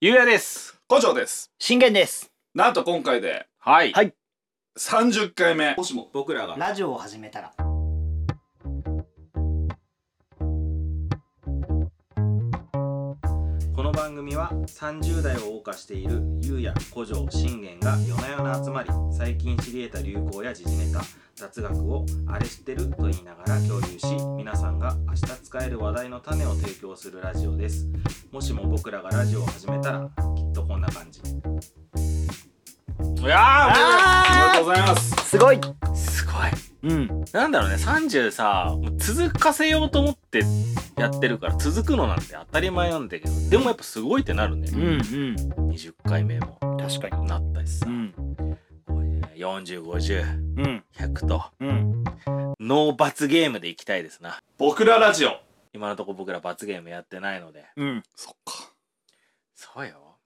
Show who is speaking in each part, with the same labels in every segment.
Speaker 1: ゆうやです。
Speaker 2: 古城です
Speaker 3: 信玄です
Speaker 2: なんと今回で
Speaker 1: はい。
Speaker 3: はい
Speaker 2: 30回目もしも僕ら
Speaker 3: ラジオを始めたら
Speaker 4: この番組は30代を謳歌しているゆうや古城信玄が夜な夜な集まり最近知り得た流行や時事ネタ雑学をあれ知ってると言いながら共有し皆さんが明日使える話題の種を提供するラジオですもしも僕らがラジオを始めたらきっとこんな感じ
Speaker 1: いや
Speaker 2: ありが
Speaker 3: あ
Speaker 2: とうございます
Speaker 3: すごい
Speaker 1: ー、すごい。
Speaker 3: うん
Speaker 1: なんだろうね、30さ、もう続かせようと思ってやってるから、続くのなんて当たり前なんだけど、でもやっぱすごいってなるね。
Speaker 3: うんうん
Speaker 1: 20回目も
Speaker 3: 確かに
Speaker 1: なったしさ、
Speaker 3: うん
Speaker 1: こういうね40、50、
Speaker 3: うん
Speaker 1: 100と、
Speaker 3: うん
Speaker 1: ノー罰ゲームでいきたいですな。
Speaker 2: 僕らラジオ
Speaker 1: 今のとこ僕ら罰ゲームやってないので。
Speaker 3: うん
Speaker 2: そっか
Speaker 1: そうよ。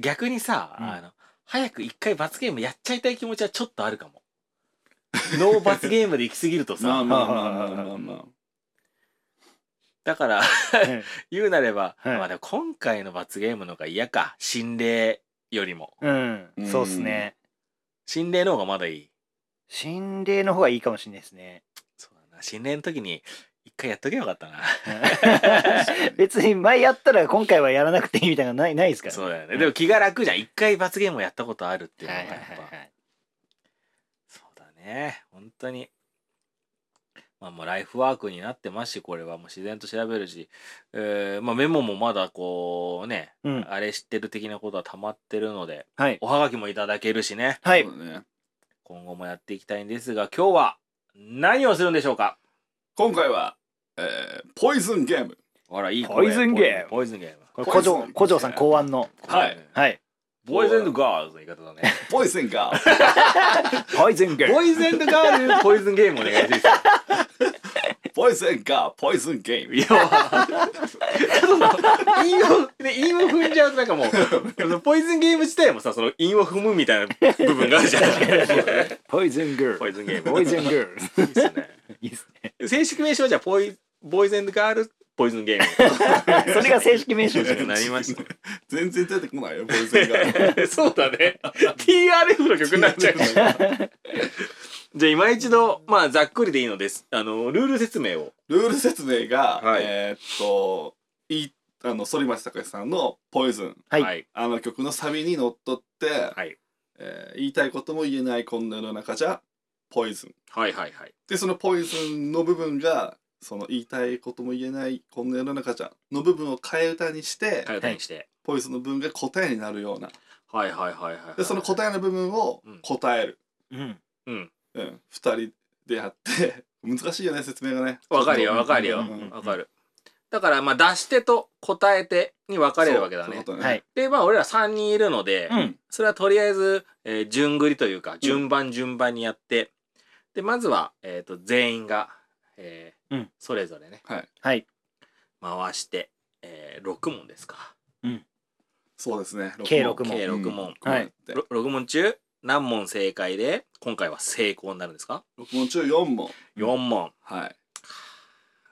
Speaker 1: 逆にさ、
Speaker 3: うん
Speaker 1: あの、早く一回罰ゲームやっちゃいたい気持ちはちょっとあるかも。ノー罰ゲームで行き過ぎると
Speaker 2: まあ
Speaker 1: さ、
Speaker 2: まあまあまあまあまあ
Speaker 1: だから、
Speaker 3: え
Speaker 1: 言うなれば、
Speaker 3: はい
Speaker 1: まあでも今回の罰ゲームの方が嫌か。心霊よりも。
Speaker 3: うん
Speaker 2: うん
Speaker 3: そうっすね
Speaker 1: 心霊の方がまだいい。
Speaker 3: 心霊の方がいいかもしれないです ね
Speaker 1: そうだな。心霊の時に、一回やっとけばよかったな。
Speaker 3: 別に前やったら今回はやらなくていいみたいなのないないですから
Speaker 1: そうだよね。でも気が楽じゃん。一回罰ゲームをやったことあるっていうの
Speaker 3: は
Speaker 1: が
Speaker 3: い
Speaker 1: やっ
Speaker 3: は
Speaker 1: ぱ。
Speaker 3: いはいはい
Speaker 1: そうだね。本当に。まあもうライフワークになってますし、これはもう自然と調べるし、えーまあメモもまだこうね、
Speaker 3: うん
Speaker 1: あれ知ってる的なことは溜まってるので、
Speaker 3: はい
Speaker 1: おはがきもいただけるしね、
Speaker 3: は
Speaker 2: そ
Speaker 3: いう
Speaker 2: だね
Speaker 1: 今後もやっていきたいんですが、今日は何をするんでしょうか
Speaker 2: 今回は、えー、ポイズンゲーム
Speaker 1: あら、いい声
Speaker 3: ポイズンゲーム
Speaker 1: ポイズンゲーム。
Speaker 3: これ古
Speaker 2: ポイ
Speaker 3: 城
Speaker 2: ズン
Speaker 3: 古城さん考案の
Speaker 2: はい。
Speaker 3: はい
Speaker 1: ボーイズガールズの言い方だね。
Speaker 2: ポイズンが
Speaker 3: ポイズンゲ
Speaker 1: ボーイズガー ルポイズンゲームお願いします。
Speaker 2: ポイズンがポイズンゲーム
Speaker 1: いや、ちょっとその、韻を、ね、韻を踏んじゃうとなんかもう、そのポイズンゲーム自体もさ、その韻を踏むみたいな部分があるじゃん。
Speaker 3: ポイズング
Speaker 1: ポイ
Speaker 3: ル
Speaker 1: ズンゲーム。
Speaker 3: ポイズングル
Speaker 1: いいっすね。
Speaker 3: いいですね
Speaker 1: 正式名称はじゃあ、ポイ、ボーイズガールポイズンゲーム。
Speaker 3: それが正式名称です
Speaker 1: なりました。
Speaker 2: 全然出てこないよポイズンガー
Speaker 1: そうだね。TRF の曲になっちゃう。じゃあ今一度、まあざっくりでいいのです。あの、ルール説明を。
Speaker 2: ルール説明が、
Speaker 1: はい
Speaker 2: えー、っといあの反町隆史さんの「ポイズン
Speaker 3: はい
Speaker 1: はい。」あ
Speaker 2: あの曲のサビにのっとって、
Speaker 1: はい。
Speaker 2: えー言いたいことも言えないこんな世の中じゃポイズン
Speaker 1: はいはいはい。
Speaker 2: でそのポイズンの部分がその言いたいことも言えないこんな世の中じゃの部分を替え歌にして、
Speaker 1: 替え歌にして。
Speaker 2: ポイズンの部分が答えになるような
Speaker 1: はいはいはいはい。
Speaker 2: でその答えの部分を
Speaker 1: うん
Speaker 2: 答える、
Speaker 3: うん
Speaker 1: うん。
Speaker 2: うん2人でやって 難しいよね説明がね
Speaker 1: わかるよわかるよ
Speaker 2: う
Speaker 1: わ
Speaker 2: んうんうん
Speaker 1: かる。だからまあ出し手と答え手に分かれるわけだ
Speaker 2: そう
Speaker 1: ね
Speaker 2: そ。ういうこと
Speaker 3: はい
Speaker 1: でまあ俺ら3人いるので、
Speaker 3: うん
Speaker 1: それはとりあえず、えー順繰りというか順番順番にやって、でまずは、えー、と全員が、えー
Speaker 3: うん
Speaker 1: それぞれね
Speaker 2: はい
Speaker 3: はい
Speaker 1: 回して、え6問ですか。
Speaker 2: そうですね
Speaker 3: 計
Speaker 2: 六
Speaker 3: 六問
Speaker 1: 計六問
Speaker 2: うん
Speaker 3: はい
Speaker 2: で
Speaker 1: 6問中何問正解で今回は成功になるんですか
Speaker 2: 六問中4問
Speaker 1: ?4 問。
Speaker 2: はい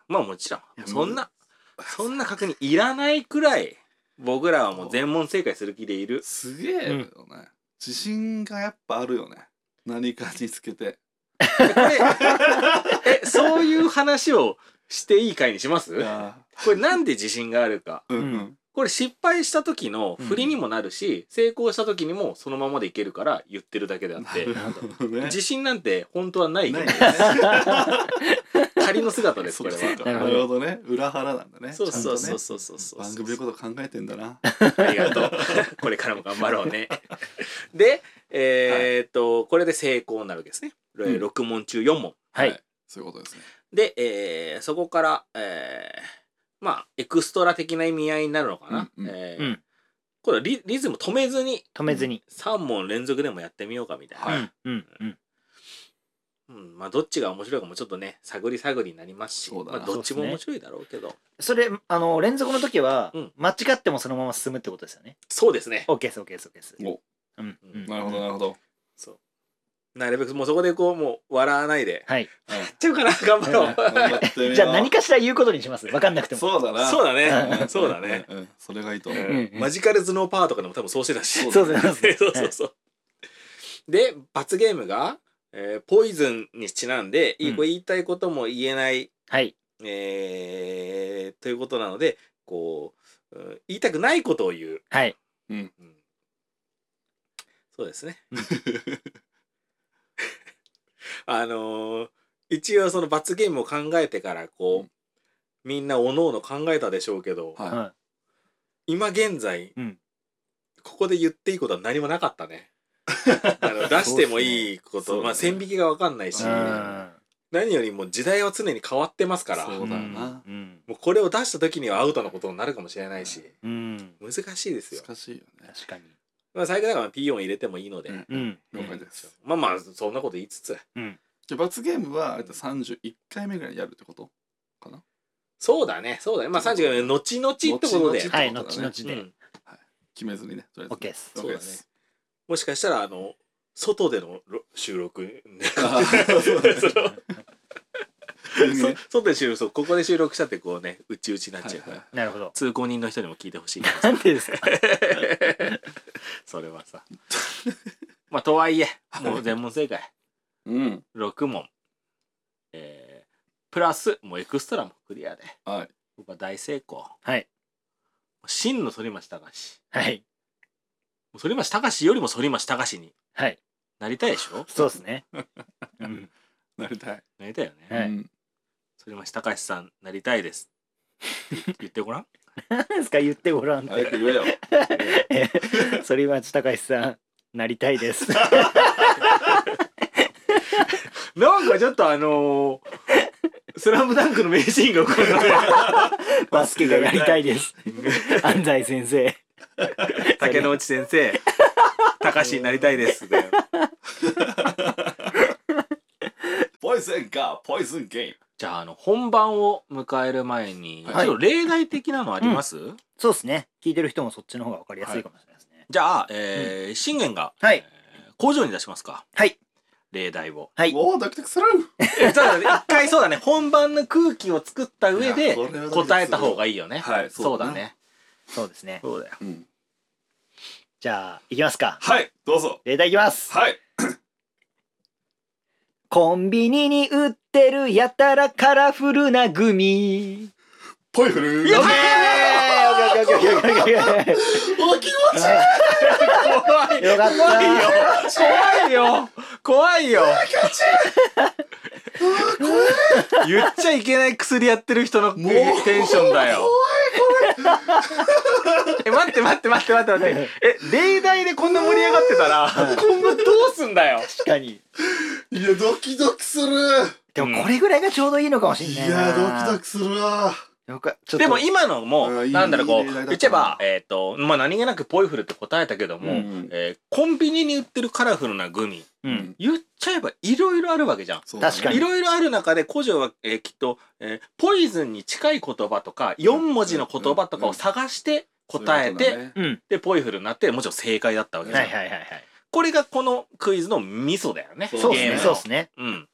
Speaker 1: まあもちろん
Speaker 2: いや
Speaker 1: そんなそんな確認いらないくらい僕らはもう全問正解する気でいる。
Speaker 2: すげえよね、自信がやっぱあるよね何かにつけて
Speaker 1: ええそういう話をしていい回にします
Speaker 2: いや
Speaker 1: これなんで自信があるか
Speaker 2: ーうんう
Speaker 3: うん
Speaker 1: これ失敗した時の振りにもなるし、成功した時にもそのままでいけるから言ってるだけであっ
Speaker 2: な
Speaker 1: て
Speaker 2: るほどね
Speaker 1: 自信なんて本当はない
Speaker 2: ない
Speaker 1: け
Speaker 2: よ
Speaker 1: ど
Speaker 2: ね
Speaker 1: 仮の姿です
Speaker 2: そ
Speaker 1: こ
Speaker 2: う
Speaker 1: れ
Speaker 2: か
Speaker 1: は
Speaker 2: そうか
Speaker 3: なる
Speaker 2: な
Speaker 3: ほど
Speaker 2: るほどね裏腹なんだね
Speaker 1: そうそうそう
Speaker 2: ち
Speaker 1: そうそうそう
Speaker 2: ゃんとね番組のこと考えてんだな
Speaker 1: ありがとうこれからも頑張ろうねでえーっと、これで成功になるわけですね
Speaker 2: ん
Speaker 1: 6問中4問、
Speaker 3: はい
Speaker 2: そういうことですね
Speaker 1: で、えーそこから、えーまあエクストラ的な意味合いになるのかな、
Speaker 2: うんうん
Speaker 1: え
Speaker 3: うん
Speaker 1: これリリズム止めずに
Speaker 3: 止めずに
Speaker 1: 3問連続でもやってみようかみたいな、
Speaker 2: はい
Speaker 3: うんうん
Speaker 1: うん、まあどっちが面白いかもちょっとね探り探りになりますし、
Speaker 2: そうだ
Speaker 1: ま
Speaker 2: な
Speaker 1: あ、どっちも面白いだろうけど
Speaker 3: それあの連続の時は、
Speaker 1: うん
Speaker 3: 間違ってもそのまま進むってことですよね
Speaker 1: そうですね
Speaker 3: OK です OK です OK です
Speaker 2: お
Speaker 3: うんうん
Speaker 2: なるほどなるほど
Speaker 1: そうなるべくもうそこでこうもう笑わな いで
Speaker 3: はい。
Speaker 1: やっちゃうかな頑張ろ
Speaker 2: 頑張
Speaker 1: う
Speaker 2: ってみよう
Speaker 3: じゃあ何かしら言うことにします。わかんなくても。
Speaker 2: そうだな
Speaker 1: そうだ
Speaker 2: う
Speaker 1: ね
Speaker 2: ん
Speaker 1: そうだね、
Speaker 2: うんうんそれがいいと
Speaker 1: う
Speaker 2: 思う、
Speaker 3: うん
Speaker 1: んマジカル頭脳パワーとかでも多分そうしてたし
Speaker 3: そうですね
Speaker 1: そうそうそうで罰ゲームが、えーポイズンにちなんで、いい
Speaker 3: うん
Speaker 1: これ言いたいことも言えない、
Speaker 3: はい。
Speaker 1: えーということなのでこう、うん言いたくないことを言う、
Speaker 3: はい。
Speaker 1: うんそうですねあのー一応その罰ゲームを考えてからこう、
Speaker 2: うん
Speaker 1: みんなおのおの考えたでしょうけど、
Speaker 2: はい、
Speaker 3: は
Speaker 1: 今現在、
Speaker 3: うん
Speaker 1: ここで言っていいことは何もなかっ たねあの出してもいい
Speaker 2: そう
Speaker 1: こと、
Speaker 2: っすね
Speaker 1: まあ、
Speaker 2: そうだね
Speaker 1: 線引きが分かんないし、
Speaker 3: い。うん
Speaker 1: 何よりも時代は常に変わってますから
Speaker 2: そう
Speaker 1: も
Speaker 2: だよな
Speaker 3: うん。
Speaker 1: うこれを出した時にはアウトなことになるかもしれないし、
Speaker 3: うん。
Speaker 1: 難しいですよ、
Speaker 2: 難しいよね
Speaker 3: 確かに。
Speaker 1: まあ、最悪だから P4 入れてもいいので、
Speaker 2: うん
Speaker 3: うん。
Speaker 2: 了解です、
Speaker 1: まあまあそんなこと言いつつ
Speaker 2: じゃあ罰ゲームはあれだ31回目ぐらいにやるってことかな
Speaker 1: そうだねそうだねまあ3時間後々ってことで
Speaker 2: 後々
Speaker 3: はい。
Speaker 2: ちょっ
Speaker 3: 後
Speaker 2: とだね
Speaker 3: 々で。
Speaker 1: うん
Speaker 2: 決めずにねとりあ
Speaker 3: OK です。
Speaker 2: えず
Speaker 1: そうだね
Speaker 2: OK です
Speaker 1: もしかしたらあの外でのろ収録
Speaker 2: あーそうだね
Speaker 1: そ の
Speaker 2: 急に
Speaker 1: そ
Speaker 2: ね
Speaker 1: 外で収録そうここで収録したってこうねうちうちになっ
Speaker 2: はい
Speaker 1: ちゃうから、
Speaker 2: はい
Speaker 3: なるほど。
Speaker 1: 通行人の人にも聞いてほしい
Speaker 3: なんでですか。
Speaker 1: それはさまあとはいえもう全問正解
Speaker 2: うん
Speaker 1: 6問えープラスもうエクストラもクリアで
Speaker 2: はい
Speaker 1: 僕は大成功
Speaker 3: はい。
Speaker 1: 真の反町隆史
Speaker 3: はい。
Speaker 1: もう反町隆史よりも反町隆史に
Speaker 3: はい。
Speaker 1: なりたいでしょ
Speaker 3: そうですね。うん。
Speaker 2: なりたい、
Speaker 1: なりたいよね、
Speaker 3: はい
Speaker 2: うん
Speaker 1: 反町隆史さんなりたいですって言ってごらん
Speaker 3: 何ですか言ってごらんって。
Speaker 2: 早く言えよ
Speaker 3: 反町隆史さんなりたいです。
Speaker 1: なんかちょっとあのースラムダンクの名シーンが起こる
Speaker 3: バスケがやりたいです。安西先生。
Speaker 1: 竹之内先 生高橋になりたい ですだよ
Speaker 2: ポイズンガーポイズンゲーム
Speaker 1: じゃああの本番を迎える前に、
Speaker 2: はい
Speaker 1: ちょっと例題的なのあります、
Speaker 3: そうですね。聞いてる人もそっちの方がわかりやすいかもしれないですね。
Speaker 1: じゃあ、えー、信玄が、
Speaker 3: は
Speaker 1: えー。工場に出しますか
Speaker 3: はい
Speaker 1: 例題を
Speaker 3: はい。
Speaker 2: おおドキドキする
Speaker 1: えただね一回そうだね本番の空気を作った上
Speaker 2: い
Speaker 1: で
Speaker 2: やこれはどうです
Speaker 1: 答えた方がいいよね
Speaker 2: はい
Speaker 1: そ
Speaker 2: そうう
Speaker 1: だ
Speaker 2: だな
Speaker 1: ね
Speaker 3: そうですね。
Speaker 1: そうだよ
Speaker 2: うん
Speaker 3: じゃあ、いきますか。
Speaker 2: はいどうぞ
Speaker 3: 例題いきます。
Speaker 2: はい
Speaker 3: コンビニに売ってるやたらカラフルなグミ。
Speaker 2: ポイフル
Speaker 1: や
Speaker 3: オッケーオッケーオッケーオッケーオッケーオッケ
Speaker 2: お気持ち
Speaker 1: 怖
Speaker 3: ーよかった。
Speaker 1: 怖いよ怖いよ言っちゃいけない薬やってる人の
Speaker 2: もう
Speaker 1: テンションだよえ待って待って待って待って待って え例題でこんな盛り上がってたら今後どうすん だよ
Speaker 3: 確かに。
Speaker 2: いやドキドキする
Speaker 3: でもこれぐらいがちょうどいいのかもし
Speaker 2: い
Speaker 3: れないな。
Speaker 2: やドキドキするわ
Speaker 3: よかちょっと
Speaker 1: でも今のも
Speaker 2: あーいい
Speaker 1: なんだろうこ
Speaker 2: いい例題だっ
Speaker 1: う
Speaker 2: た
Speaker 1: 言っちゃえばえっとまあ何気なくポイフルって答えたけども
Speaker 2: うん
Speaker 1: えーコンビニに売ってるカラフルなグミ
Speaker 3: うん。
Speaker 1: 言っちゃえばいろいろあるわけじゃん
Speaker 2: そうだね
Speaker 3: 確かに
Speaker 1: いろいろある中で古城は、えーきっと、えーポイズンに近い言葉とか4文字の言葉とかを探して答えて、
Speaker 2: そういうこ
Speaker 3: うん。
Speaker 1: でポイフルになってもちろん正解だったわけ
Speaker 3: は
Speaker 1: じ
Speaker 3: い
Speaker 1: ゃん、
Speaker 3: はいはいはい。
Speaker 1: これがこのクイズのミソだよね
Speaker 3: そう
Speaker 2: そう
Speaker 3: で
Speaker 2: ですす
Speaker 1: ゲー
Speaker 3: ね。
Speaker 1: ム
Speaker 3: そう
Speaker 1: の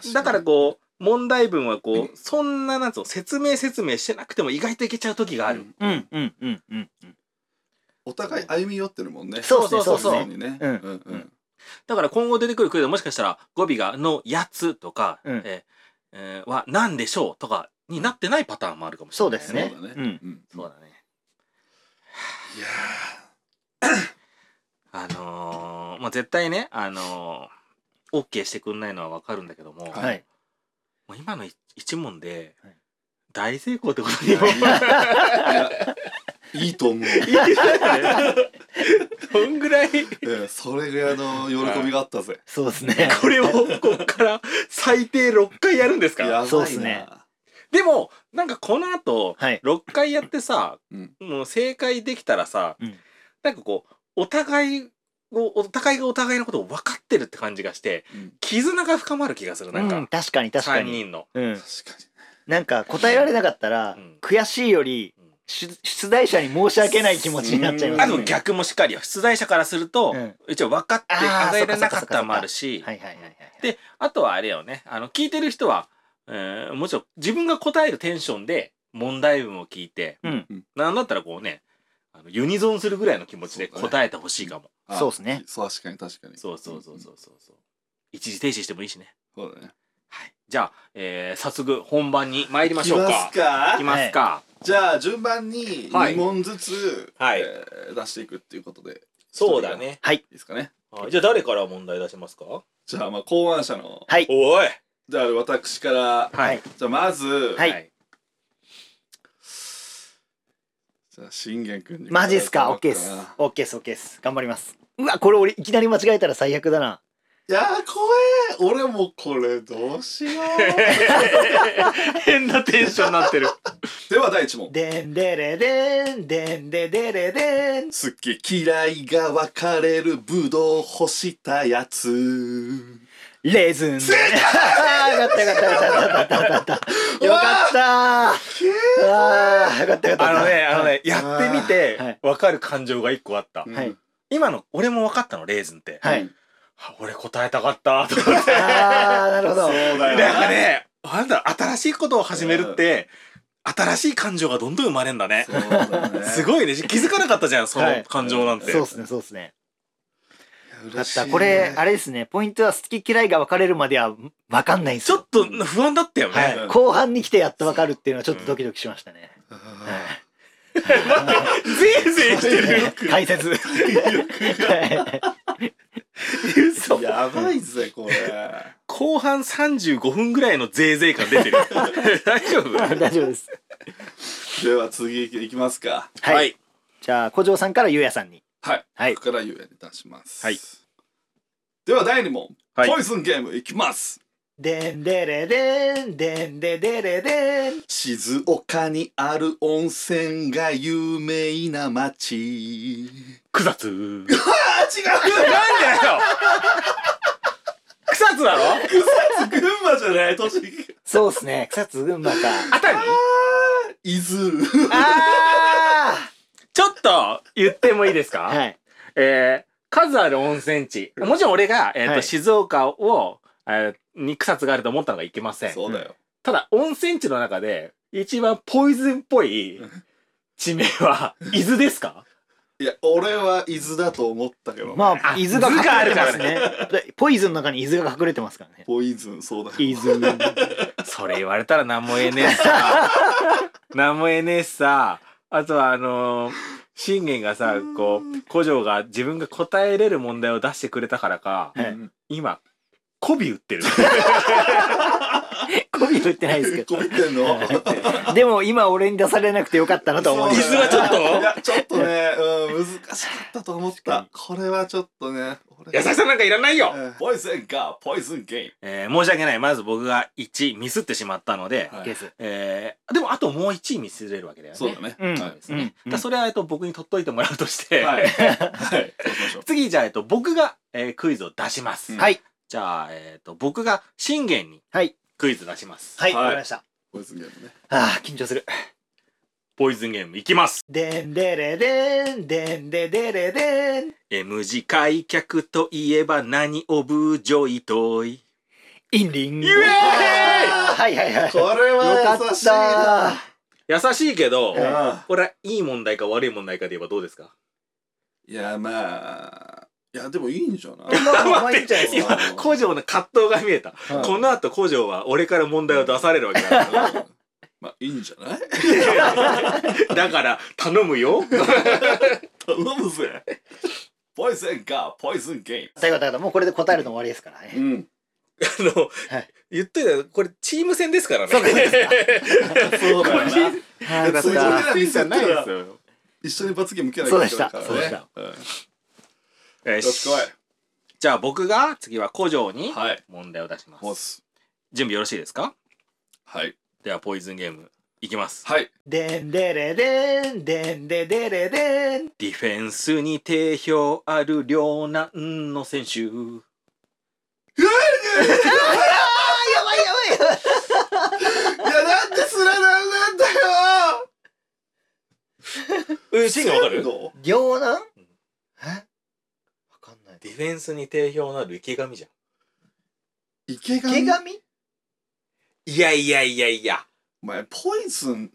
Speaker 3: ですね。
Speaker 1: うん、
Speaker 2: とね
Speaker 1: だからこう問題文はこう、
Speaker 2: うん
Speaker 1: そんななんつうの説明説明してなくても意外といけちゃう時がある、
Speaker 2: ん
Speaker 3: うんうんうんうんうん。
Speaker 2: お互い歩み寄ってるもんね
Speaker 3: そうそう
Speaker 1: そ
Speaker 2: そ
Speaker 1: うそう
Speaker 2: そ
Speaker 1: う
Speaker 2: うね
Speaker 3: うん
Speaker 2: うんうん
Speaker 1: だから今後出てくるクイズはもしかしたら語尾が「のやつ」とか「
Speaker 3: うん
Speaker 1: えーえーは何でしょう」とかになってないパターンもあるかもしれないよ、
Speaker 3: そうですね
Speaker 2: そうだね
Speaker 3: うん
Speaker 2: ん
Speaker 1: そうだね
Speaker 2: いや
Speaker 1: あのー、まあ絶対ねあのー、OK してくんないのはわかるんだけども、
Speaker 2: はい
Speaker 3: はい。
Speaker 1: もう今のい一問で
Speaker 3: はい
Speaker 1: 大成功ってことにも
Speaker 2: ーいいと思う
Speaker 1: そんぐらい
Speaker 2: うんそれぐらいの喜びがあったぜ
Speaker 3: そうです ね。
Speaker 1: これをこっから最低6回やるんです
Speaker 2: や
Speaker 1: か
Speaker 2: ばいな
Speaker 3: そうっすね
Speaker 1: でもなんかこの後
Speaker 3: はい。
Speaker 1: 6回やってさ
Speaker 2: うん
Speaker 1: もう正解できたらさ、
Speaker 3: うん
Speaker 1: なんかこうお互いをお互いがお互いのことを分かってるって感じがして
Speaker 2: うん
Speaker 1: 絆が深まる気がする
Speaker 3: う
Speaker 1: なんか、
Speaker 3: ん、確かに確か
Speaker 1: 3
Speaker 3: に。
Speaker 1: 人の。
Speaker 3: うん。
Speaker 2: 確か
Speaker 3: なんか答えられなかったら
Speaker 1: うん
Speaker 3: 悔しいより出出題者に申し訳ない気持ちになっちゃいます
Speaker 1: あ
Speaker 3: ね。
Speaker 1: でも逆もしっかりよ出題者からすると、
Speaker 3: うん
Speaker 1: 一応分かって
Speaker 3: あー
Speaker 1: あげれなかったのもあるし
Speaker 3: はいはいはいはい。
Speaker 1: であとはあれよねあの聞いてる人は、えーもちろん自分が答えるテンションで問題文を聞いて、
Speaker 3: うん
Speaker 1: なんだったらこうねあのユニゾンするぐらいの気持ちで
Speaker 2: そうだね
Speaker 1: 答えてほしいかも
Speaker 2: あ
Speaker 3: そうっすね
Speaker 2: そう確かに確かに
Speaker 1: そう,、そうそうそうそうそう一時停止してもいいしね
Speaker 2: そうだね
Speaker 1: はいじゃあ、えー早速本番に参りましょう
Speaker 2: いきま
Speaker 1: か
Speaker 2: すか
Speaker 1: いきますか
Speaker 2: じゃあ順番に
Speaker 1: はい
Speaker 2: 2問ずつ、
Speaker 1: はい
Speaker 2: えー出していくっていうことでいい
Speaker 1: そうだね
Speaker 2: ですかね
Speaker 1: はいじゃあ誰から問題出しますか
Speaker 2: じゃあまあ考案者の
Speaker 3: はい。
Speaker 1: おい
Speaker 2: じゃあ私から
Speaker 3: はい。
Speaker 2: じゃあまず、
Speaker 3: はい
Speaker 2: じゃあ信玄君に
Speaker 3: マジっすかオッケーっす。オッケーっす、オッケーっす。頑張ります。うわ、これ俺いきなり間違えたら最悪だな。
Speaker 2: いやー怖え俺もこれどうしよ
Speaker 1: 変なテンションになってる
Speaker 2: うでは第一問
Speaker 3: でんでれでん、でんででれでん。
Speaker 2: 好き嫌いが分かれるブドウ干したやつ
Speaker 3: レーズン。あーよかったよかったよかったよかったよか った。よかったー。あーよかったよかった。
Speaker 1: あのねあのねや
Speaker 2: やっ
Speaker 1: っ
Speaker 2: てて
Speaker 1: み
Speaker 2: み
Speaker 1: て
Speaker 3: はい
Speaker 1: 分かる感情が一個あった
Speaker 3: はい。はい。
Speaker 1: 今の俺も分かったのレーズンって
Speaker 3: はい。
Speaker 1: あ俺答えたか ったと思って
Speaker 3: あー、なるほ
Speaker 2: そ
Speaker 3: ど。
Speaker 2: うだよ
Speaker 1: なんか ねなんだ新しいことを始めるって新しい感情がどんどん生まれんだね
Speaker 2: そうだね
Speaker 1: すごいね気づかなかったじゃんそ
Speaker 3: は
Speaker 1: の
Speaker 3: い
Speaker 1: 感情なんて
Speaker 3: そうっすね、そうっすね。
Speaker 2: い
Speaker 3: だ
Speaker 2: や
Speaker 3: っ
Speaker 2: 嬉しいね
Speaker 3: た。これ、あれですね、ポイントは好き嫌いが分かれるまでは分かんないんです
Speaker 1: ちょ
Speaker 3: よ
Speaker 1: っ。と不安だったよね、
Speaker 3: はい。後半に来てやっと分かるっていうのはちょっとドキドキしましたね。
Speaker 2: あ
Speaker 3: はい
Speaker 1: ぜいぜいしてるよ
Speaker 3: 解説。
Speaker 2: ーやばいぜこれ
Speaker 1: 後半35分ぐらいのぜいぜい感出てる 大丈夫
Speaker 3: 大丈夫です。
Speaker 2: では次いきますか
Speaker 3: はい。じゃあ、小城さんからゆうやさんに。
Speaker 2: はい、
Speaker 3: はい
Speaker 2: ここからゆえに出します
Speaker 1: はい
Speaker 2: では第二問、
Speaker 1: はい
Speaker 2: ポイズンゲームいきます
Speaker 3: でんでれでん、でんででれでん。
Speaker 2: 静岡にある温泉が有名な町
Speaker 1: 草津
Speaker 2: あ違う
Speaker 1: なんでだよ草津だろ
Speaker 2: 群馬じゃない栃木
Speaker 3: そうっすね。草津群馬か。
Speaker 1: 熱海
Speaker 2: 伊豆
Speaker 3: あ
Speaker 1: ちょっと言ってもいいですか、
Speaker 3: あはい。
Speaker 1: えー数ある温泉地もちろん俺が、えーと
Speaker 3: はい
Speaker 1: 静岡を、えーに草津があると思ったのがいけません
Speaker 2: そうだよ
Speaker 1: ただ温泉地の中で一番ポイズンっぽい地名は伊豆です か
Speaker 2: いや俺は伊豆だと思ったけど、
Speaker 3: まあ
Speaker 1: あ、
Speaker 3: 伊豆が隠れてます
Speaker 1: 図
Speaker 3: ね。ポイズンの中に伊豆が隠れてますからね。
Speaker 2: ポイズンそうだよ
Speaker 3: 伊豆。
Speaker 1: それ言われたら何も言えねえし さ何も言えねえしさあとはあのー信玄がさこう古城が自分が答えれる問題を出してくれたからか
Speaker 3: はい
Speaker 2: うん
Speaker 1: 今媚び売 ってる
Speaker 3: コビ言ってないですけ
Speaker 2: こびてんの
Speaker 3: ど。 でも今俺に出されなくてよかったなと思いま
Speaker 1: 伊
Speaker 3: す
Speaker 1: 豆はちょっと
Speaker 2: いやちょっとね、うん、難しかったと思ったこれはちょっとね俺
Speaker 1: 優しさなんかいらないよ
Speaker 2: うんポイズンがポイズンゲ
Speaker 1: えー申し訳ない。まず僕が1ミスってしまったので、
Speaker 2: ーム、は
Speaker 3: で
Speaker 2: い、
Speaker 3: す。
Speaker 1: えーでもあともう1ミスれるわけだよね。
Speaker 2: そうだね、
Speaker 3: うん
Speaker 2: はい
Speaker 1: ですね。
Speaker 3: うん
Speaker 1: だからそれは、えっと、僕に取っといてもらうとして、
Speaker 2: はい。はい。そうしましょう。
Speaker 1: 次、じゃあ、えっと、僕が、えークイズを出します。
Speaker 2: うん
Speaker 3: はい。
Speaker 1: じゃあ、えっと、僕が信玄に
Speaker 3: はい
Speaker 1: クイズ出します。
Speaker 3: はい、
Speaker 2: はい
Speaker 3: わかりました。
Speaker 2: こいつゲームね。
Speaker 3: ああ、緊張する。
Speaker 1: ポイズンゲームいきます。
Speaker 3: でんでれでん、でんででれでん。
Speaker 1: M 字開脚といえば何をブージョイトイ。
Speaker 3: インリン。
Speaker 1: イエーイ
Speaker 3: はいはいはい。
Speaker 2: これ
Speaker 3: よか
Speaker 2: は
Speaker 3: っ
Speaker 2: 優しいな。
Speaker 3: た。
Speaker 1: 優しいけど、
Speaker 3: はい
Speaker 1: これはいい問題か悪い問題かで言えばどうですか
Speaker 2: いや、まあ。いや、でもいいんじゃない
Speaker 3: まあまあまあいいんじゃない
Speaker 1: 待
Speaker 3: い
Speaker 1: っ
Speaker 3: で
Speaker 1: て、
Speaker 3: す
Speaker 1: 今
Speaker 3: か。、
Speaker 1: 古城の葛藤が見えた。
Speaker 2: うん
Speaker 1: この後、古城は俺から問題を出されるわけだから。
Speaker 2: まあ、いいんじゃない
Speaker 1: だから頼む よ。
Speaker 2: 頼むぜ。ポイズンがポイズンゲ
Speaker 3: 最後だからもうこれで答えるの終わりですから
Speaker 2: ー ム。う
Speaker 3: ね。
Speaker 2: ん。
Speaker 1: あの、
Speaker 3: はい
Speaker 1: 言ってたよこれチーム戦ですからね。
Speaker 3: そうですか
Speaker 2: そうだよな。
Speaker 3: あ
Speaker 2: ーよかった
Speaker 1: チーム戦じゃないですよ。
Speaker 2: 一緒に罰ゲーム受けなき
Speaker 3: そう
Speaker 2: ゃ
Speaker 3: で
Speaker 2: いけ
Speaker 3: し
Speaker 2: な
Speaker 3: た
Speaker 2: いからね。
Speaker 3: そうでした
Speaker 2: うん。よ
Speaker 1: よ
Speaker 2: し、
Speaker 1: し
Speaker 2: 来。
Speaker 1: じゃあ僕が次は古城に
Speaker 2: い。はい。
Speaker 1: 問題を出します。
Speaker 2: ボス。
Speaker 1: 準備よろしいですか？
Speaker 2: はい。
Speaker 1: ではポイズンゲームいきます。
Speaker 2: はい。
Speaker 3: でんでれでん、でんででれでん。
Speaker 1: ディフェンスに定評ある両南の選手。
Speaker 3: やばいやばいやばい。
Speaker 2: いや、なんでスラダンなんだよ
Speaker 1: うん、シーンがわかる
Speaker 2: 鮮度
Speaker 3: 両なん
Speaker 1: うん
Speaker 3: えわかんない
Speaker 1: ディフェンスに定評のある池上じゃん。
Speaker 2: 池上
Speaker 3: 池上
Speaker 1: いやいやいやいや、
Speaker 2: お前ポイズ ン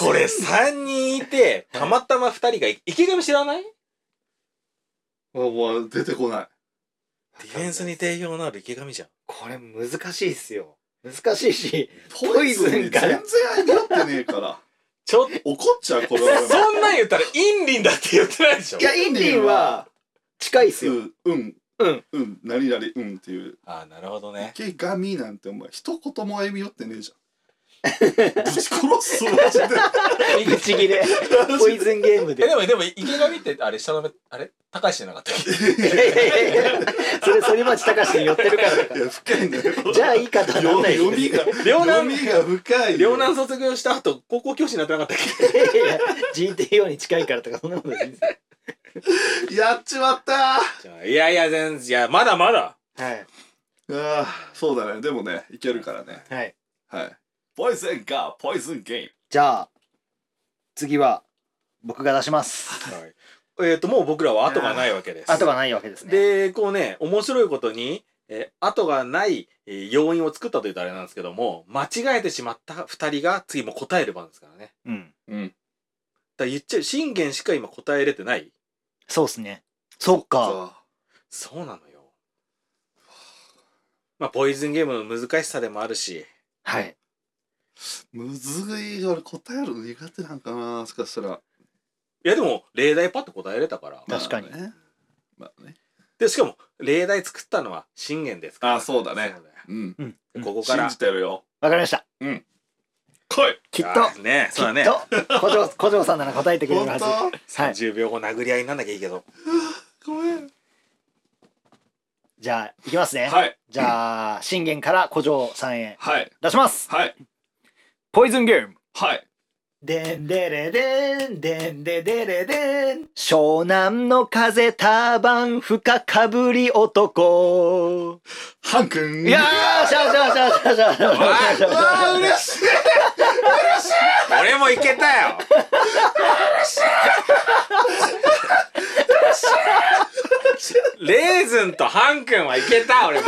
Speaker 1: これ3人いて、たまたま2人が、池上知らないデ
Speaker 2: もうもう出てこない
Speaker 1: ィフェンスに定評のある池上じゃん。
Speaker 3: これ難しいっすよ難しいし
Speaker 2: ポイズンに全然相手合ってねえから
Speaker 1: ちょっと、
Speaker 2: 怒っちゃうこ れは
Speaker 1: そんなん言ったら、インリンだって言ってないでしょ
Speaker 3: いやインディンは近いっすよ
Speaker 2: うんうん
Speaker 3: うん
Speaker 2: うん何々うんっていう
Speaker 1: ああ、なるほどね。
Speaker 2: 池上なんてお前一言も歩み寄ってねえじ ゃんぶち殺すぞマジで
Speaker 3: ぶち切れ ポイズンゲーム
Speaker 1: え、
Speaker 3: で
Speaker 1: でも、でも、池上って、あれ、下の目、あれ高橋じゃなかったっけ
Speaker 3: いやいやいやいやそれ反町隆史に寄ってるからだか
Speaker 2: いや深いんだよ
Speaker 3: らじゃあいいかとはなんない
Speaker 2: 読みが
Speaker 1: 両
Speaker 2: 読
Speaker 1: 南
Speaker 2: みが深い
Speaker 1: 両南卒業した後、高校教師になってなかったっけ
Speaker 3: いやいや人体用に近いからとかそんなことないですよ
Speaker 2: やっちまったあ
Speaker 1: じゃあいやいや、全然、いや、まだまだ。
Speaker 3: はい
Speaker 2: ーそうだねでもねいけるからね
Speaker 3: はい
Speaker 2: はいポイズンがポイズンゲーム
Speaker 3: じゃあ次は僕が出します
Speaker 1: えっ、と、もう僕らは後がないわけです。
Speaker 3: 後がないわけですね
Speaker 1: でこうね面白いことに、えー後がない、えー要因を作ったというとあれなんですけども間違えてしまった2人が次も答える番ですからね
Speaker 3: う
Speaker 1: だか
Speaker 3: ん
Speaker 2: うん
Speaker 1: ら言っちゃう信玄しか今答えれてない
Speaker 3: そうっすねそっか
Speaker 2: あ
Speaker 1: そうなのよまあポイズンゲームの難しさでもあるし
Speaker 3: はい
Speaker 2: むずい俺答えるの苦手なんかなもしかしたら
Speaker 1: いやでも例題パッと答えれたから
Speaker 3: 確かに
Speaker 2: まあねまあね
Speaker 1: でしかも例題作ったのは信玄ですから
Speaker 2: あそうだね
Speaker 1: そうだよ
Speaker 2: うん
Speaker 1: でここから
Speaker 2: 信じてるよ
Speaker 3: わかりました
Speaker 2: 来い
Speaker 3: きっと
Speaker 1: あねそうだね
Speaker 3: きっと小 城小城さんなら答えてくれるはず
Speaker 2: 本
Speaker 3: はい
Speaker 1: 10秒後殴り合いになんなきゃいいけど
Speaker 2: 当ごめん
Speaker 3: じゃあいきますね
Speaker 2: はい
Speaker 3: じゃあ信玄から小城さんへ
Speaker 2: はい
Speaker 3: 出します
Speaker 2: はい
Speaker 3: ポイズンゲーム
Speaker 2: はい
Speaker 3: でんでれでんでんででれでん湘南の風ターバン深かぶり男
Speaker 2: ハン君
Speaker 3: いやーしゃーしゃーしゃーしゃーしゃーしゃーしゃーしゃー
Speaker 2: あー嬉しい
Speaker 1: 俺もいけたよレーズンとハン君はいけた俺も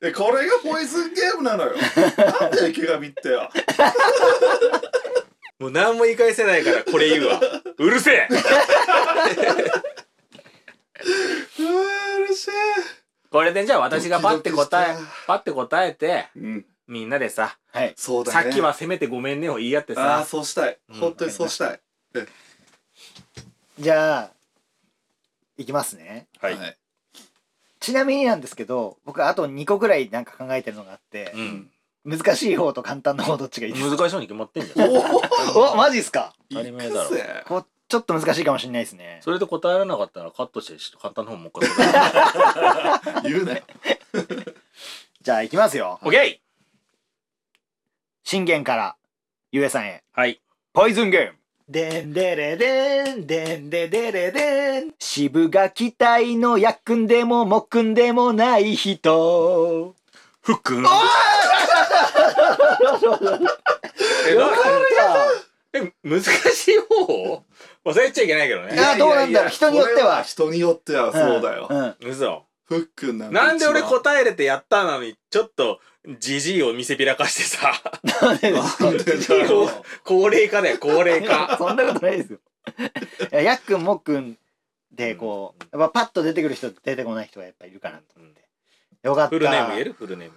Speaker 2: えこれがポイズンゲームなのよなんで池上ってよ
Speaker 1: もう何も言い返せないからこれ言うわうるせえ
Speaker 2: うわー嬉しい
Speaker 1: これでじゃあ私がパッて答
Speaker 2: ド
Speaker 1: え
Speaker 2: キドキした
Speaker 1: パッて答えて
Speaker 2: うん
Speaker 1: みんなでさ、
Speaker 3: はい
Speaker 2: そうだ
Speaker 1: さ
Speaker 2: ね
Speaker 1: っきはせめてごめんねを言い合って
Speaker 2: ああ
Speaker 1: さ
Speaker 2: そうしたい
Speaker 1: うん
Speaker 2: 本当にそうしたい
Speaker 3: じゃあいきますね
Speaker 1: はい
Speaker 2: はい
Speaker 3: ちなみになんですけど僕あと2個ぐらいなんか考えてるのがあって
Speaker 1: う、ん
Speaker 3: 難しい方と簡単な方どっちがいいですか
Speaker 1: 難しそうに決まってんじゃ ん
Speaker 2: おお
Speaker 3: おマジっすか
Speaker 1: 当たり前だろ
Speaker 2: 行くぜ
Speaker 3: こちょっと難しいかもしれないですね
Speaker 1: それで答えられなかったらカットして簡単な方もう一回答
Speaker 2: 言うなよ
Speaker 3: じゃあいきますよ
Speaker 1: える OK!
Speaker 3: 信玄からゆえさんへ
Speaker 1: はい
Speaker 3: ポイズンゲームでんでれでんでんででれでん渋が期待のやっくんでももっくんでもない人
Speaker 1: ふっくんえなえ難しい方忘れちゃいけないけど
Speaker 3: い
Speaker 1: ね
Speaker 3: やどうなんだろう人によっては
Speaker 2: これ人によってはそうだ
Speaker 3: う
Speaker 2: よ
Speaker 3: んうん
Speaker 1: 嘘
Speaker 2: ふっくんなんて一番
Speaker 1: なんで俺答えれてやったなのにちょっとじじいを見せびらかしてさ
Speaker 2: なんでだろう
Speaker 1: 高齢化だよ高齢 化
Speaker 3: そんなことないですよ。いややっくんもっくんでこう、やっぱパッと出てくる人出てこない人がやっぱいるかなと思って。よかった。
Speaker 1: フルネーム言えるフルネーム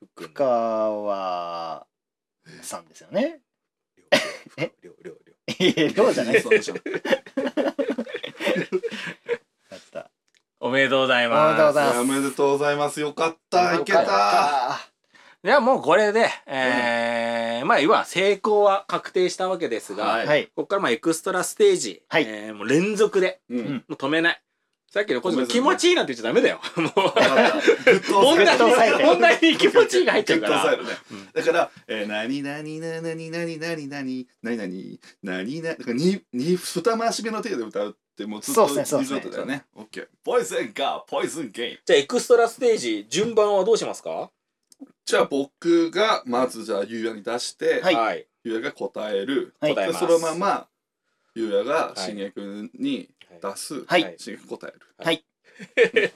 Speaker 1: ふっくん
Speaker 3: 深川さんですよ ね。
Speaker 1: えりょうりょうりょ
Speaker 3: いや量じゃないです。よ
Speaker 2: そうじゃん
Speaker 3: かった。
Speaker 1: うおめでとうござい
Speaker 3: おめでとうご
Speaker 1: ま
Speaker 3: ざいます
Speaker 2: おめでとうございますよかっ
Speaker 3: よ
Speaker 2: た
Speaker 3: か
Speaker 2: い
Speaker 3: っ
Speaker 2: けた
Speaker 1: すじゃあもうこれでえーまあ要は成功は確定したわけですが、
Speaker 2: はい
Speaker 3: はい。
Speaker 1: ここからまあエクストラステージ、
Speaker 3: はい
Speaker 1: えーもう連続で
Speaker 2: うんん
Speaker 1: もう止めないさっきのこ
Speaker 2: ごめんな
Speaker 1: の
Speaker 2: さ
Speaker 1: 気
Speaker 2: い
Speaker 1: 持ちいいなんて言っちゃダメだよもう
Speaker 2: わかったグッと
Speaker 1: 問
Speaker 2: 押さ
Speaker 1: 題
Speaker 2: える
Speaker 3: 抑えて
Speaker 1: に問題に気持ちいいが入っちゃうか
Speaker 2: グッと
Speaker 1: ら
Speaker 2: 押さえるねだから、えー、なになにななになになになになになになになににに二回し目の手で歌うってもうずっと
Speaker 3: そうっすねそうっすね
Speaker 2: リゾートだよね。オッケー。ポイズンがポイズンゲイン。
Speaker 1: じゃあエクストラステージ順番はどうしますか
Speaker 2: じゃあ僕がまずじゃあゆうやに出して、
Speaker 3: はい
Speaker 1: はい
Speaker 2: ゆうやが答える、
Speaker 3: はい
Speaker 1: 答え
Speaker 2: で
Speaker 1: ます
Speaker 2: そのままゆうやが
Speaker 1: い
Speaker 2: しんげ君に出す、
Speaker 3: はい
Speaker 1: はい
Speaker 2: しんげ君答える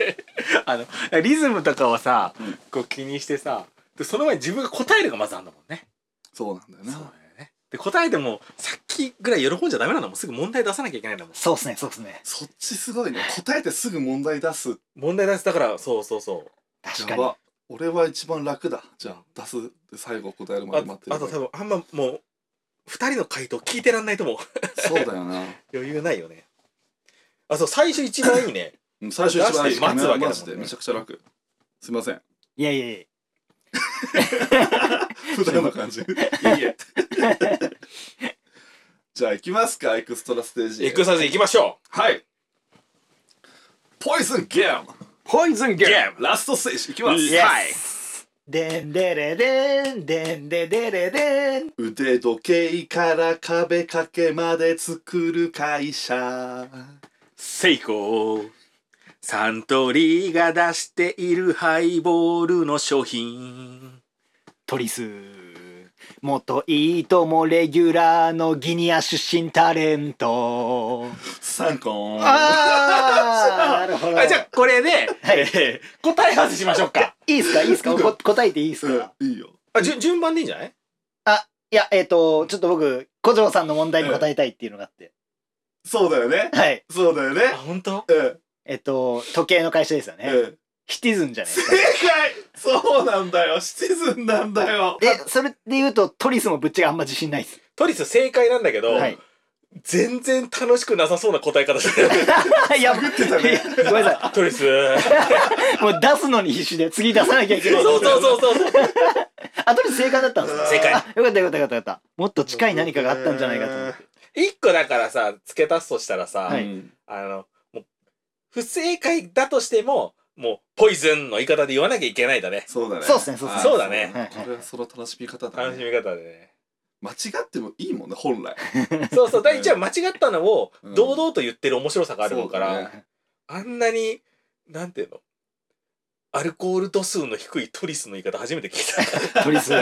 Speaker 1: あのリズムとかはさ、
Speaker 2: うん
Speaker 1: こう気にしてさでその前に自分が答えるがまずあんだもんね
Speaker 2: そうなんだよ
Speaker 1: そうだよ
Speaker 2: な
Speaker 1: ねで答えてもさっきぐらい喜んじゃダメなんだもんすぐ問題出さなきゃいけないんだもん
Speaker 3: そうっすね、そうっすね。
Speaker 2: そっちすごいね答えてすぐ問題出す
Speaker 1: 問題出すだからそうそうそう
Speaker 3: 確か
Speaker 2: や
Speaker 3: に。
Speaker 2: ば俺は一番楽だじゃあ出す最後答えるま
Speaker 1: あ
Speaker 2: で待って
Speaker 1: あ
Speaker 2: る
Speaker 1: と多分あんまもう2人の回答聞いてらんないと思う
Speaker 2: そうだよな
Speaker 1: 余裕ないよねあそう最初一番いいね
Speaker 2: うん最初一番
Speaker 1: 出して待つわけだもんね
Speaker 2: マジでめちゃくちゃ楽すい ません
Speaker 3: いやいやいや。
Speaker 2: 普段の感じいいえ じゃあ行きます かエクストラステージ
Speaker 1: エクササイズいきましょ
Speaker 2: はいポイズンゲーム
Speaker 1: うポイズンゲーム
Speaker 2: ラストステージいきます、
Speaker 1: イエ
Speaker 2: はい
Speaker 3: でんでれでん、でんででれでん。
Speaker 2: 腕時計から壁掛けまで作る会社
Speaker 1: 成功サントリーが出しているハイボールの商品
Speaker 3: トリス。元いいともレギュラーのギニア出身タレント。
Speaker 2: サンコン
Speaker 3: ああ、なるほど。
Speaker 1: あじゃあこれで、
Speaker 3: はい
Speaker 1: えー 答え合わせしましょうか
Speaker 3: いいっすかいいっすかこ答えていいっすか、
Speaker 2: うんいいよ
Speaker 1: あじゅ順番でいいんじゃな
Speaker 3: い
Speaker 1: い
Speaker 3: や、えっ、と、ちょっと僕、小城さんの問題に答えたいっていうのがあって。
Speaker 2: そうだよね
Speaker 3: はい。
Speaker 2: そうだよね
Speaker 1: あ本当
Speaker 2: うん
Speaker 3: えっ、と、時計の会社ですよね。
Speaker 2: うん
Speaker 3: シティズンじゃないで
Speaker 2: 正
Speaker 3: すか。
Speaker 2: 解そうなんだよシティズンなんだよ
Speaker 3: で、それで言うと、トリスもぶっちゃけあんま自信ないです。
Speaker 1: トリス正解なんだけど、
Speaker 3: はい。
Speaker 1: 全然楽しくなさそうな答え方 してる
Speaker 3: いや、
Speaker 2: ってたね
Speaker 3: ごめんなさ
Speaker 1: トリス
Speaker 3: い。もう出すのに必死で、次出さなきゃいけない。
Speaker 1: そうそうそうそうそう
Speaker 3: あ、トリス正解だったんですね
Speaker 1: 正解
Speaker 3: あよかったよかったよかったよかった。もっと近い何かがあったんじゃないかと思って。
Speaker 1: 一個だからさ付け足すとしたらさ、
Speaker 3: はい
Speaker 2: うん
Speaker 1: あのもう不正解だとしてももうポイズンの言い方で言わなきゃいけないんだね
Speaker 2: そうだね
Speaker 3: そうっすねそうっ
Speaker 2: あー
Speaker 3: すね
Speaker 1: そうだね
Speaker 2: そうだ
Speaker 3: はい
Speaker 2: これはその楽しみ方だ
Speaker 1: 楽し
Speaker 2: ね
Speaker 1: み方でね
Speaker 2: 間違ってもいいもんね本来
Speaker 1: そうそう第一は間違ったのを
Speaker 2: うん
Speaker 1: 堂々と言ってる面白さがあるもんから、
Speaker 2: そうだね
Speaker 1: あんなになんていうのアルコール度数の低いトリスの言い方初めて聞い
Speaker 3: トリス、も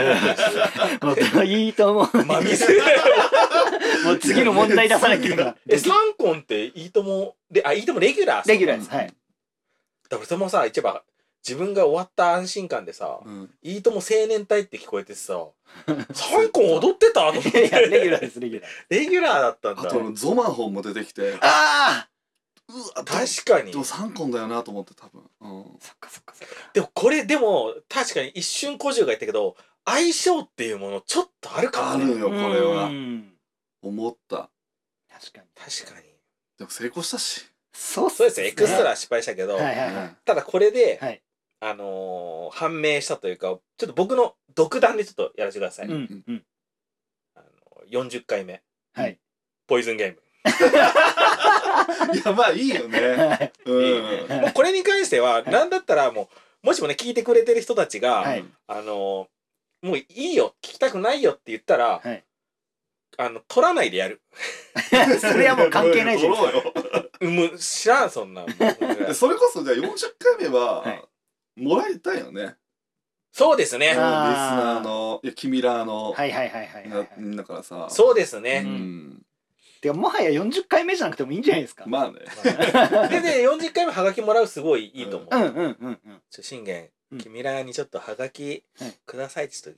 Speaker 3: ういいと思
Speaker 1: た
Speaker 3: う。
Speaker 1: まみせ
Speaker 3: もう次の問題出さなきゃいけないから。
Speaker 1: え、サンコンっていいとも、で、あ、いいともレギュラー
Speaker 3: レギュ
Speaker 1: ラ
Speaker 3: ラーです。はい。
Speaker 1: ー。だからそれもさ、一番、自分が終わった安心感でさ、
Speaker 2: うん
Speaker 1: いいとも青年隊って聞こえてさ、サンコン踊ってたと思っ
Speaker 3: いやいや、レギュ
Speaker 1: て。
Speaker 3: ラーです、レギュラー。
Speaker 1: レギュラーだったん
Speaker 2: あ
Speaker 1: だ
Speaker 2: とあ。のゾマホンも出てきてう
Speaker 3: ああ
Speaker 2: わ
Speaker 1: 確かに
Speaker 2: で。も3コンだよなと思って多分うん
Speaker 3: そっかそっかそっか。
Speaker 1: でもこれ、でも、確かに一瞬小十が言ったけど、相性っていうものちょっとあるか
Speaker 2: あ
Speaker 1: も
Speaker 2: る
Speaker 1: ね。
Speaker 2: よこれ
Speaker 3: う
Speaker 2: は
Speaker 3: ん
Speaker 2: 思った
Speaker 3: 確かに。
Speaker 1: 確かに。
Speaker 2: でも成功したし
Speaker 3: そうっ
Speaker 1: そうですね、エクスト
Speaker 3: は
Speaker 1: ラ失敗したけど、
Speaker 3: いはいは
Speaker 2: う
Speaker 3: い
Speaker 2: ん。
Speaker 1: ただこれで、
Speaker 3: はい
Speaker 1: あのー判明したというか、ちょっと僕の独断でちょっとやらせてください。
Speaker 3: うんうん。
Speaker 1: あの40回目。
Speaker 3: はい。
Speaker 1: ポイズンゲーム。
Speaker 2: いやまあいいよね
Speaker 3: はい
Speaker 2: うん
Speaker 1: もうこれに関しては、
Speaker 3: い
Speaker 1: なんだったらもう、もしもね、聞いてくれてる人たちが、
Speaker 3: はい
Speaker 1: あのーもういいよ、聞きたくないよって言ったら、
Speaker 3: はい
Speaker 1: あの、取らないでやる。
Speaker 3: それはもう関係ないじゃな
Speaker 2: 撮
Speaker 3: いです
Speaker 2: ろうよ
Speaker 1: うんもう知らん、そ んな。もう
Speaker 2: でそれこそじゃあ40回目
Speaker 3: は
Speaker 2: はいもらいたいよね、
Speaker 1: そうです
Speaker 2: リス
Speaker 1: ね。
Speaker 2: ナーのいや君らの、
Speaker 3: か。はいはいはいはいはい
Speaker 2: な
Speaker 3: はい。
Speaker 2: みんなからさ
Speaker 1: そうです
Speaker 2: う
Speaker 1: ね。
Speaker 2: ん、
Speaker 3: てかもはや40回目じゃなくてもいいんじゃないですか。
Speaker 2: まあね
Speaker 1: でね、40回目はがきもらうすごいいいと思う。
Speaker 3: うんうんうんうん。
Speaker 1: ちょ信玄、
Speaker 3: うん
Speaker 1: 君らにちょっとはがき
Speaker 3: はい
Speaker 1: くださいってちょっ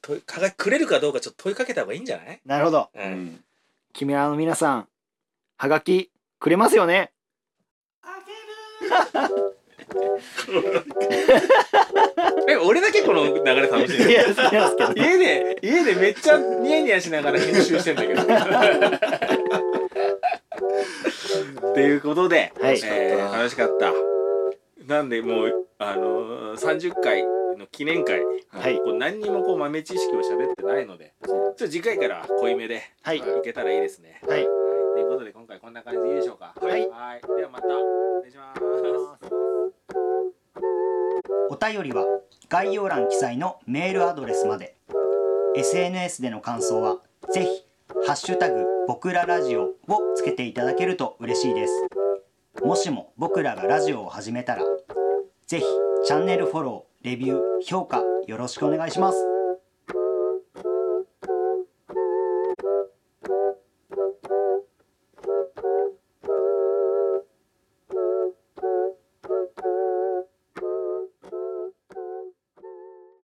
Speaker 1: と、とはがきくれるかどうかちょっと問いかけた方がいいんじゃない、
Speaker 3: なるほど。
Speaker 1: う、
Speaker 2: うんん
Speaker 3: 君らの皆さん、はがきくれますよ ね。
Speaker 1: え、俺だけこの流れ楽しん
Speaker 3: い
Speaker 1: でる。
Speaker 3: や、好きなんですけど。
Speaker 1: 家で、家でめっちゃニヤニヤしながら編集してんだけど。っていうことで、
Speaker 3: はい
Speaker 1: えー楽しかった。なんでもう、あのー、30回の記念会、
Speaker 3: はい
Speaker 1: こう何にもこう豆知識を喋ってないので、ちょっと次回から濃いめで
Speaker 3: はい。
Speaker 1: いけたらいいですね。
Speaker 3: はい。
Speaker 1: はいということで今回こんな感じでいいでしょうか。
Speaker 3: はい
Speaker 1: はいではまたお願いします。
Speaker 5: お便りは概要欄記載のメールアドレスまで SNS での感想はぜひハッシュタグ僕らラジオをつけていただけると嬉しいですもしも僕らがラジオを始めたらぜひチャンネルフォローレビュー評価よろしくお願いします